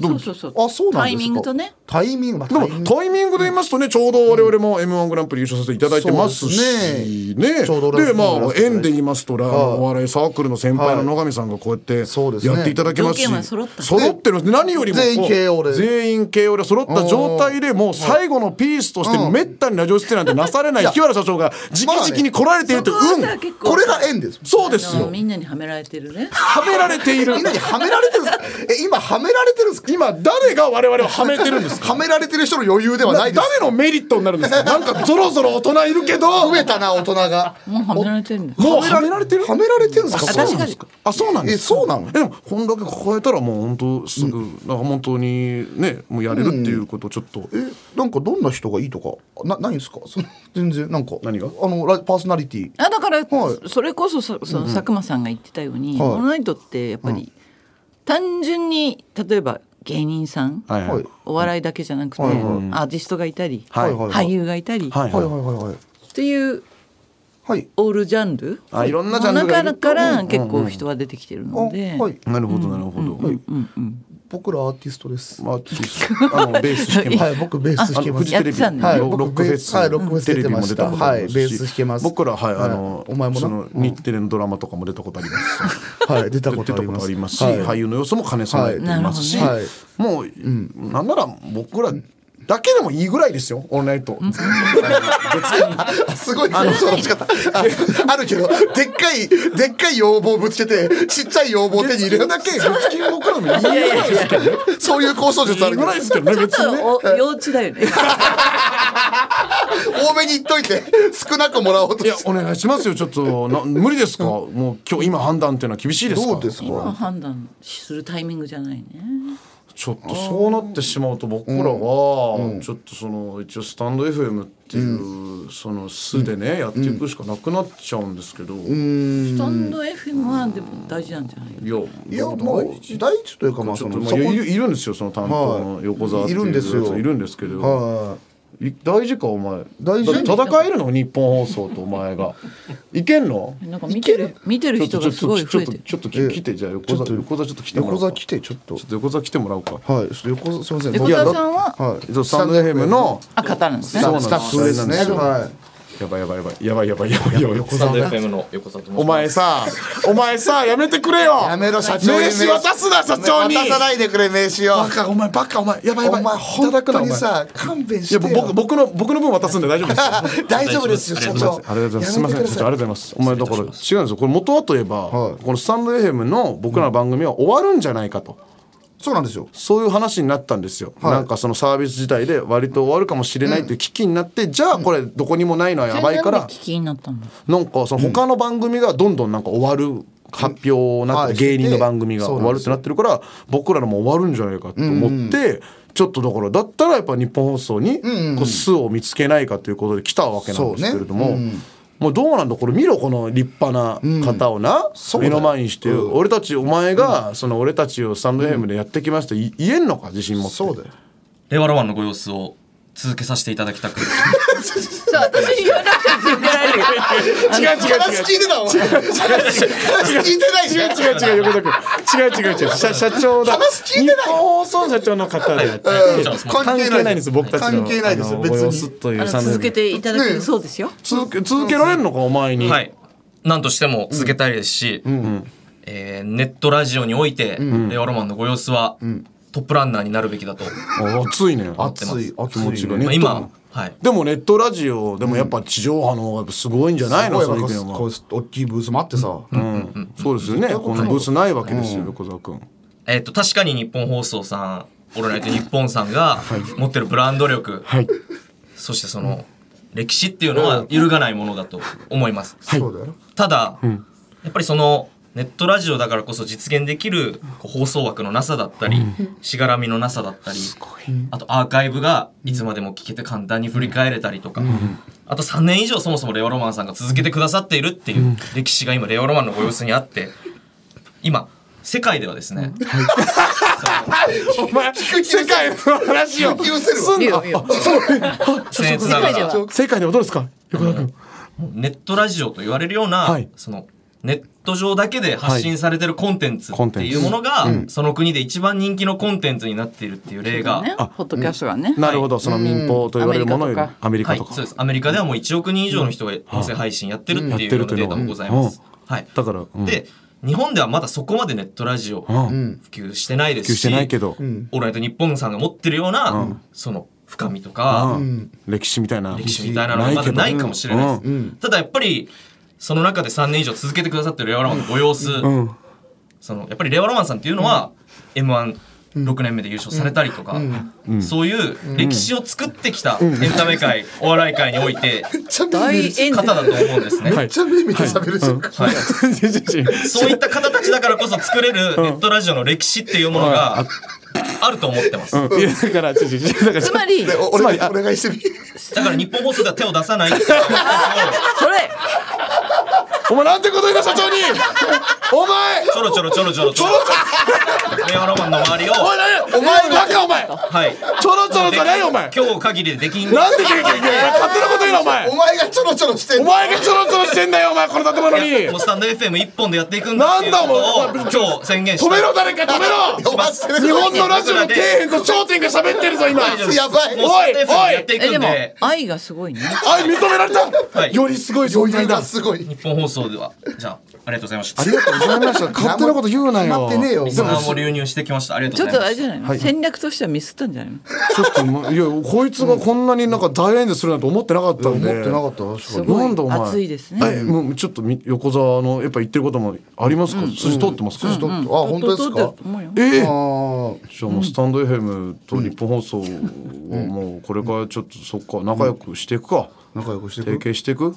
そうそうそう。
あそうなんですか
タイミングとね。
タイミングまあ
で
タ
も
イミング
タイミングで言いますとねちょうど我々も m 1グランプリ優勝させていただいてますし
そうですね
ね
ちょうど俺
でまあ
俺ら
縁で言いますとらお笑いサークルの先輩の野上さんがこうやって
そうですね
やっていただけますし
条件は揃った
揃ってるんです何よりも
全員慶応で
全員慶応で揃った状態でもう最後のピースとしてめったにラジオ出演なんてなされない日原社長が直々に来られているという運
さ結構
これが縁です
そうです
あの
よ
みんなにはめられてるね。
はめられている
みんなにはめられてるんですかえ今はめられてるんですか
今誰が我々をはめてるん ですか
はめられてる人の余裕ではない
誰
です
のメリットになるんですかなんかぞろぞろ大人いるけど
増えたな大人が
もうはめられてるんだ。
もうはめられてる
はめられてるんですか
あそうなんですかあそうなんで
え
すか
そうなの
えでもこんだけ抱えたらもう本当すぐ、なんか本当にねもうやれるっていうことをちょっと、
えなんかどんな人がいいとかなないんですかその全然なんか
何が
あのラパーソナリティ
あだから、
はい
それこそそその佐久間さんが言ってたように「
はい
オールナイト」ってやっぱり、単純に例えば芸人さん、
はいはい
はい
お笑いだけじゃなくて、
はいはい
アーティストがいたり、
はいはいはい
俳優がいたり、
はい
は
はいい
はいはいはい
っていう
はい
オールジャンル
あいろんなジャンルがいる
の中から結構人は出てきてるので、
あはい
なるほどなるほど、
僕らアーティストです。
まあ、あ のベース弾けます
はい、僕ベース弾け
あの
ま
フ
す
ジ。テレビ
やってたん
の
だ
よね
ロ
はい
ックフェス、
はいロックフェス
テレビも出たことありますし
はいベース弾けます
僕らはい、
はい
あの、
お前もな
その日テレのドラマとかも出たことありますし。
はい、出たことあります。
出たことし、
はい
俳優の要素も兼ね備えていますし、
はい
もう、なんなら僕らだけでもいいぐらいですよ、オンラインと。
あすごい、その育ち方。ああるけど、でっかい、でっかい要望ぶつけて、ちっちゃい要望を手に入れるだけ。
別に僕らもいいぐらいですけどね。
そういう交渉術あ
いい
る
ぐ
けど
らいですけどね、別
ち
にね。
ょっとお幼稚だよね。
多めに言っといて、少なくもらおうと
いや
して。
お願いしますよちょっとな無理ですかもう今日今判断っていうのは厳しいですか
どうです
今
か
判断するタイミングじゃないね。
ちょっとそうなってしまうと僕らはちょっとその一応スタンド FM っていうその素でねやっていくしかなくなっちゃうんですけどい
スタンド FM はでも大事なんじゃない。
や
いや、まあ、大事というか、まあ、
ち
そ
ょっと
の、
ま
そ
あ
こ
いるいるんですよその担当の横澤っていう
はいいるんですよ
やついるんですけど
はい
大事かお前
大事
だって戦えるの日本放送とお前がいけんの
なんか見てる見てる人がすごい増えてる。
ちょっとちょっとちょっと来てじゃあ横
ちょっ
澤
と
横澤ちょっと来
い。
てもらおうか
横座来て、ちょっと
ちょ。っと横澤来てもらおうか
はい、ちょっと横、すみません。
横澤さんは
はい。
そうスタンド FM の
あ語るんですね。
そうなん
スタッフですね。は
やばいやばいやばいやばいやばいやばいやばい
い。横澤ね。
お前さお前さやめてくれよ
やめろ、社長に。
名刺渡すな社長に
渡さないでくれ、名刺を。
バカお前バカお前やばいやば
お
い
前、
いただ
本
くな
当
お
に
前
さ、勘弁
い
し
や
てよ。
僕僕の僕の分渡すんで大丈夫です
あ 大丈夫ですよ、社長。
ありがとうございます。すみません、社長、ありがとうございます。お前だから違うんですよ。これ元はといえば、
はい
このスタンド FM の僕らの番組は終わるんじゃないかと。
そうなんですよ。
そういう話になったんですよ、
い
なんかそのサービス自体で割と終わるかもしれないという危機になって、じゃあこれどこにもないのはやばいから
なんで聞きになったの。
なんかその他の番組がどんどんなんか終わる発表になってる、
はい
芸人の番組が
そう
終
な
わ
ん
る
で
っ
す
てなってるから僕らのも終わるんじゃないかと思って、ちょっとだからだったらやっぱ日本放送にこう巣を見つけないかということで来たわけなんですけれども。もうどうなんだこれ見ろこの立派な方をな、目の前にして、俺たちお前が、その俺たちをスタンドヘムでやってきました、い言えんのか自信持って
そうだよ。
令和ロマンのご様子を続けさせていただきたく
そう私に言わなくても続けられるよ。
違う違う話聞いてたお前話聞いてないし
違う違う違う横田君違う違う違う社社長だ
話聞いてない
日本放送社長の方であって関係ないんです僕たちの
関係ないです
あの
別
ご様
に
子とい
あ
う
の
サンド
続けていただけ
ね
るそうですよ。
続け続けられるのかお前に、
はい何としても続けたいですし、えーネットラジオにおいて、令和ロマンのご様子は、トップランナーになるべきだと
あ熱いね
熱い
気持ちが
まあ
ネット
今
も、
はい、
でもネットラジオでもやっぱ地上波の方がやっぱすごいんじゃないのそれ行くのは
こう大きいブースもあってさ
うんそうですよねこのブースないわけですよ横澤君
えっと確かに日本放送さん「オールナイトニッポン」さんが持ってるブランド力、
はい
そしてその歴史っていうのは揺るがないものだと思います。
そうだよな
ただ、やっぱりそのネットラジオだからこそ実現できるこう放送枠のなさだったり、しがらみのなさだったりあとアーカイブがいつまでも聞けて簡単に振り返れたりとか、あと3年以上そもそもレオロマンさんが続けてくださっているっていう歴史が今レオロマンのご様子にあって今世界ではですね、
お前世界の話を
許せるわ
すんな
僭越ながら
世界ではどうですか横澤君
ネットラジオと言われるような、
はい
そのネット上だけで発信されてるコンテンツ
コン
って
テンツ
いうものが、その国で一番人気のコンテンツになっているっていう例が、
ね、ポッドキャストがね。
なるほどその民放と言われるものより
うん
アメリ
は
カ
い
と、か
そうです。アメリカではもう1億人以上の人が音声配信やってるっていうようなデータもございます。はい。
だからうん
で、日本ではまだそこまでネットラジオ普及してないです
普及
し、
してないけど
オールナイト日本さんが持ってるような、その深みとか、
歴史みたいな
歴史みたいなのはまだないかもしれない です。ただやっぱり、その中で3年以上続けてくださってるレオロマンのご様子、そのやっぱりレオロマンさんっていうのは、M1、6年目で優勝されたりとか、そういう歴史を作ってきたエンタメ界、お笑い界において
大炎
方だと思うんですね。
はい
じゃあ目見て喋 るじゃん
はいそういった方たちだからこそ作れるネットラジオの歴史っていうものがあると思ってます。だ
いやだからちょちょちょだから
つまり、
お俺お願いしてみ
から日本放送では手を出さない。
それ、
お前なんてこと言うな社長にお前
ちょろちょろちょろちょろちょろ令和ロマンの周りを
おい何お前バカお前
はい
ちょろちょろじゃないよお前
今日限りでできん
なんでキャキャキャキャ勝手なこと言うなお前
お前がちょろちょろしてん
お
の
前がちょろちょろしてんだよお前この建 物に
もうスタンド FM 一本でやっていくんだっていうこと
なん
を
だお前
今日宣言し
止
た
めろ誰か止めろ
お前す
日本のラジオの底辺と頂点が喋ってるぞ今
大丈夫です
やばい
もうスタンド FM
おいおい
やってい
え
く
で
ん
も
で
愛がすごいね
あ認められた、
はい
よりすごい状態だ
がすごい
日本放送ではじゃあありがとうございました
ありがとうございました勝手なこと言うなよ
決まってねえよ
リスナーも流入してきましたありが
ち
と
ょ
う
っ
ございます
とあれじゃないの、戦略としてはミスったんじゃないの
ちょっとまいやこいつがこんなになんか大演説するなんて思ってなかったんで、
思ってなかった確か
す
に
ご
ないんだお前
熱いですね
えもうちょっとみ横澤のやっぱ言ってることもありますか、筋通ってますか、
ちょっとあ本当です
とと
か
と思うよ
ええ
あー
じゃあもうスタンド FM と日本放送をもうこれからちょっとそっか仲良くしていくか、
仲良くして
提
く
携していく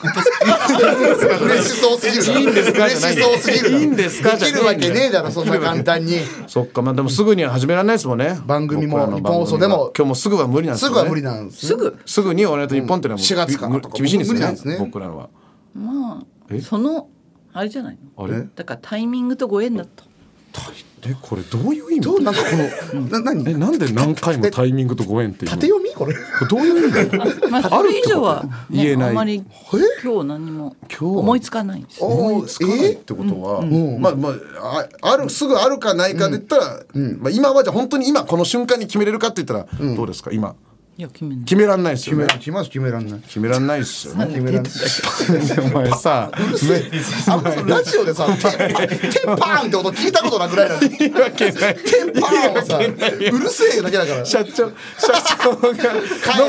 嬉しそうすぎるない
いんですかじゃない
嬉しそうすぎるない
いんですかじゃない
できるわけねえだろそんな簡単に
そっかまあでもすぐには始められないですもんね
番組も
僕らの番組は
日本放送でも
今日もすぐは無理なんですよ
す
ね
ぐは無理なんです
す
ね
ぐ
すぐに「俺と日本」ってのはもう
4月からとか
厳しいんですよ
無理なん
ね
ですね
僕らのは
ま
え
あそのあれじゃないの
あれ
だからタイミングとご縁だと
えこれどういう意味
どうなんかこのな何
え
縦
なんで何回もタイミングとご縁っていうの
読みこれ
これどういう意味だよ
まあ
あ
そ
るっ
れ
て
以
こと
上は、ね、
言えない
あんまり
え
今日何も
日は
思いつかないんですよ
お
思いつかないっ
え
てことは、まあまあああるすぐあるかないかで言ったら、まあ、今はじゃあ本当に今この瞬間に決めれるかって言ったら、どうですか今
いや決めない
決めらんないですよ
決め
ね
らん決ま決めらんない
決めらんないですよね
決めらんない
お前さ
あんまそのラジオでさ「テンパテンパーン!」って音聞いたことなくらいなのにテン
言い訳ない
パーンをさ「うるせえ」だけだから
社長社長が
れ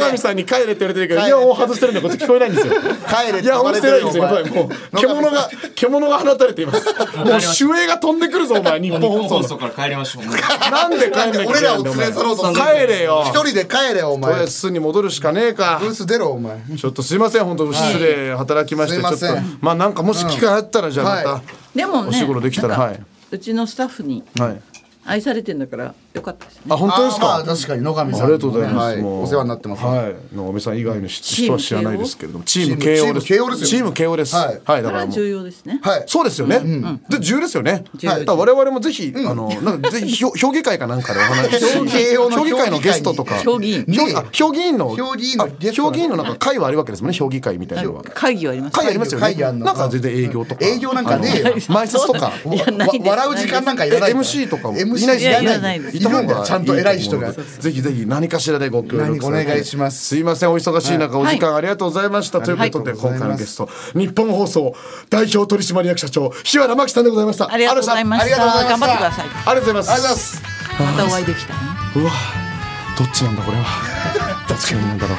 野上さんに帰れって言われてるけど
帰れ
イヤホン外してるんでこっち聞こえないんですよ
帰れ
イ
って
ヤホ
呼ば
ンし
れ
て
て
ない
る
んですよやっぱ
よお前
りもう獣が獣が放たれていますもう主営が飛んでくるぞお前日本
日本
放
放
送
送
の
から帰りましょうもう
なんで帰んなきゃいけ
俺
な
ら
いん
を
だお
連
前
れ去ろうとする
帰れよ
一人で帰れよお
ト
前
レスに戻るしかねえか
ブース出ろお前
ちょっとすいません本当失礼働きましてちょっと
すいません
まあなんかもし機会あったらじゃあ
は
ま
い
でもね
お仕事できたら
なんか
はいう
ちのスタッフに
たはい
愛されてんだからよかったですね
あ本当です
あ
か
ーまあ確かに野上さんもね
ありがとうございます。
は
もう
お世話になってます
はい。野上さん以外の人は知らないですけれども、チーム
慶
慶
応
応です。
チーム慶応です
チ
よ
ーム慶応です。はい
はい。
だ
だ
か
から
らもう。
重要ですね
はい
そうですよね。で重要ですよね。はい。だから我々もぜひあのなんかぜひ評評議会かなんかでお話し
評議慶応 の
評議会のゲストとか。
評議員
ねえ
あ評議員の
評議員の
あ
ゲスト
評議員のなんか会はあるわけですもんね。評議会みたいなのは。
会議はあります
会ありますよね。
会議あんの
なんか全然営業とか。
営業なんかねえよ
あの前説とか。
いやないです
笑う時間なんかいらない
え
から
MC とかも
MC
いないです
いやいらないです
いるんだよちゃんと偉い人が
ぜひぜひ何かしらでご協力されて
何お願いします
すいませんお忙しい中お時間ありがとうございました、ということで
ありがとう
今
ござい
回の
ます
ゲスト日本放送代表取締役社長日原真紀さんでございました
ありがとうございま
あ
した
ありがとうございま
頑
した
りが
張ってください
とうございます
ありがとうございます
またお会いできたらね
うわどっちなんだ これはどっちなんだろう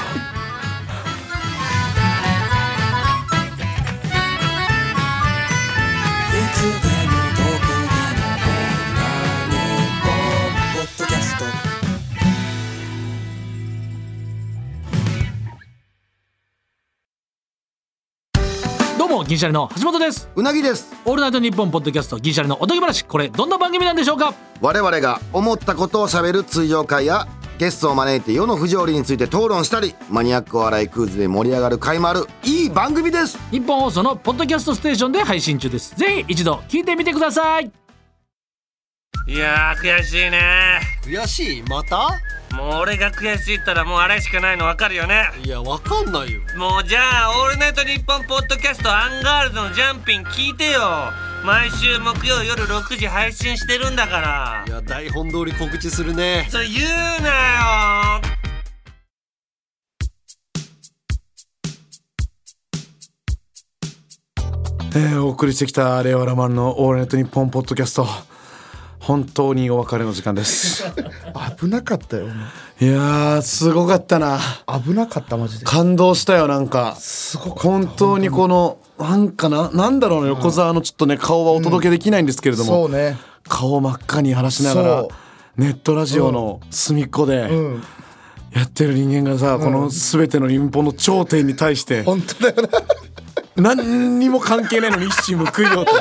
どうも銀シャリの橋本です
うなぎです
オールナイトニッポンポッドキャスト銀シャリのおとぎ話これどんな番組なんでしょうか
我々が思ったことをしゃべる通常会やゲストを招いて世の不条理について討論したりマニアックお笑いクイズで盛り上がる会もあるいい番組です
日本放送のポッドキャストステーションで配信中ですぜひ一度聞いてみてください
いやー悔しいね
悔しいまた
もう俺が悔しいったらもうあれしかないの分かるよね
いやわかんないよ
もうじゃあ「オールナイトニッポン」ポッドキャストアンガールズのジャンピン聞いてよ毎週木曜夜6時配信してるんだから
いや台本通り告知するね
それ言うなよ
えーお送りしてきた令和ロマンのオールナイトニッポンポッドキャスト本当にお別れの時間です
危なかったよ
いやーすごかったな
危なかったマジで
感動したよなんか本当にこのなんかななんだろうね横澤のちょっとね顔はお届けできないんですけれども、
そうね
顔を真っ赤に話しながら
そう
ネットラジオの隅っこで
うん
やってる人間がさ、この全ての日本の頂点に対して
本当だよな
何にも関係ないのに一矢報いようと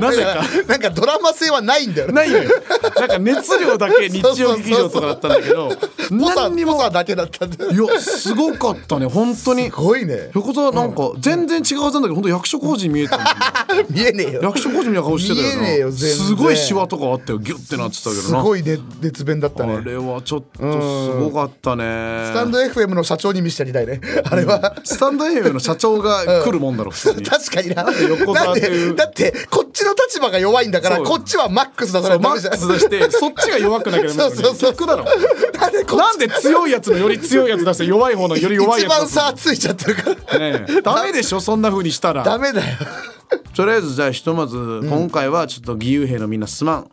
なぜか
なんかドラマ性はないんだよね
ないのよなんか熱量だけ日曜劇場とかだったんだけど何にも
だけだったんだ
いやすごかったね本当にす
ごいね
横澤なんか全然違うはずなんだけど本当役所工事に見えたもん
見えねえよ
役所工事みたいな顔してたよな
見えねえよ全然
すごいシワとかあったよギュッてなってたけどな
すごいね熱弁だったね
あれはちょっとすごかったね
スタンド FM の社長に見せてやりたいねあれは
スタンド FM の社長が来るもんだろ普通に
確かにな
なんで横
だ
澤
っ
ってい
て
う
だってこっちの立場が弱いんだから
そう
こっちはマックス出さ
そ
な
うマックス出してそっちが弱くなきゃダメなのに
そうそうそう
逆だろ
なんでこ
なんで強いやつのより強いやつ出して弱い方のより弱い
一
やつ
番
出すの
差ついちゃってるから
ねえダメでしょそんな風にしたら
ダメだよ
とりあえずじゃあひとまず今回はちょっと義勇兵のみんなすまん、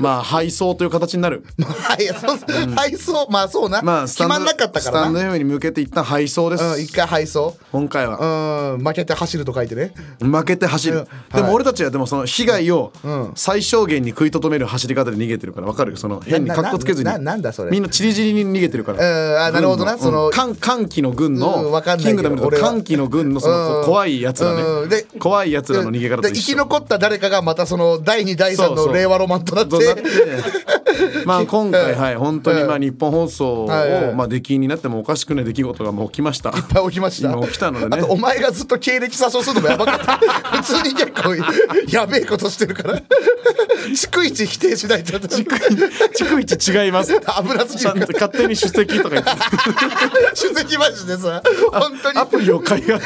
まあ配送という形になる
はいそうそう配送まあそうな
まあス
決
タンド
まんなかった
ス
か
タ
ら
ンド
な
FM に向けて一旦配送です、
うん一回配送
今回は
うん負けて走ると書いてね
負けて走る、でも俺たちはでもその被害を
うん
最小限に食いとどめる走り方で逃げてるからわかるよその変に
な
かっこつけずに
なななんだそれ
みんなチリチリに逃げてるから
うんあなるほどな
軍
その
うん歓歓喜の軍
うんわ
の
かんない
キ
け
ン
ど
グダムの
俺は
歓喜の軍のそのこう怖いやつら
うん
ね
で
怖いやつらの逃げ方と
で
一緒
生き残った誰かがまたその第2第3
そうそ
の
う
令和ロマンとなって
そうなってま あ今回はい本当にまあ日本放送
はいはい
をまあ出禁になってもおかしくない出来事がもう起きました。
いっぱい起きました
今起きたのでね
あとお前がずっと経歴詐称するのもやばかった普通に結構やべえことしてるから逐一否定しないと
逐一違い ます。
油すぎ
ちゃん
る
と勝手に出席とか言って
主席マジでさ本当
ア
に
プリを開発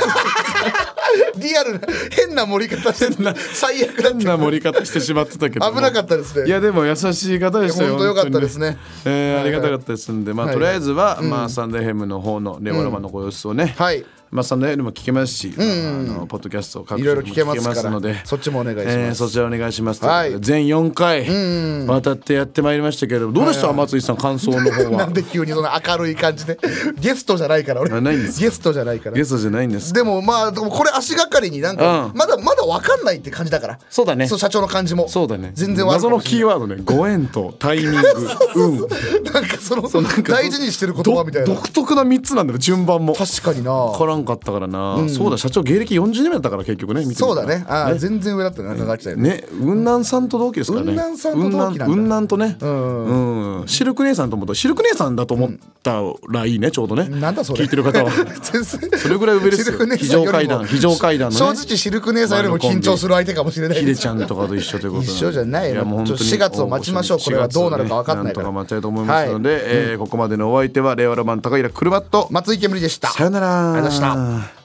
リアルな変な盛り方してる最悪だっ
な
た
盛り方してしまってたけども
危なかったですね
いやでも優しい方でしたよ
いや本当良かったですね
本当にえーありがたかったですんでまあ
はい
と
はい
りあえずはまあサンデーヘムの方のレオロマンのご様子をね
はい
まあサンデーヘムも聞けますしまああのポッドキャスト各
い
種
ろい
で
ろ
も
聞けますから
ので
そっちもお願いします、
えーそちらお願いしますと
はいう
ことで全4回渡ってやってまいりましたけれどもどうでした松井さん感想の方
な
は
んで急にその明るい感じでゲストじゃないから俺
あないんですか
ゲストじゃないから
ゲストじゃないんです
でもまあでもこれ足がかりになんか、
うん
まだまだわかんないって感じだから
そうだね
そう社長の感じも
そうだね
全然わかん
謎
ない
のキーワードねご縁とタイ ミング運
なんかそのその大事にしてる言葉みたいな
独特な3つなんだよ順番も
確かにな
分からんかったからな、そうだ社長芸歴40年だったから結局ね見てみたら
そうだねあー全然上だったね中垣ちゃんより
ね雲南さんと同期ですからね
雲南さんと同期なんだ
雲南雲南とねうん、シルク姉さんと思ったシルク姉さんだと思ったらいいねちょうどね、
なんだそれ
聞いてる方 は
全然
それぐらい上です
シル
よ
ク姉
非
さんよ
常
り
階
も
段非常階段の、ね、
正直シルク姉さんよりも緊張する相手かもしれない
ヒデちゃんとかと一緒ということなんで
一緒じゃないよ
いやもう本当に
ちょっと4月を待ちましょうこれはどうなるか分かんないか
4月
ら
をねなんとか待ちたいと思いますので、えーここまでのお相手は令和ロマン高平クルバット
松井けむりでした
さよなら
ありがとうございました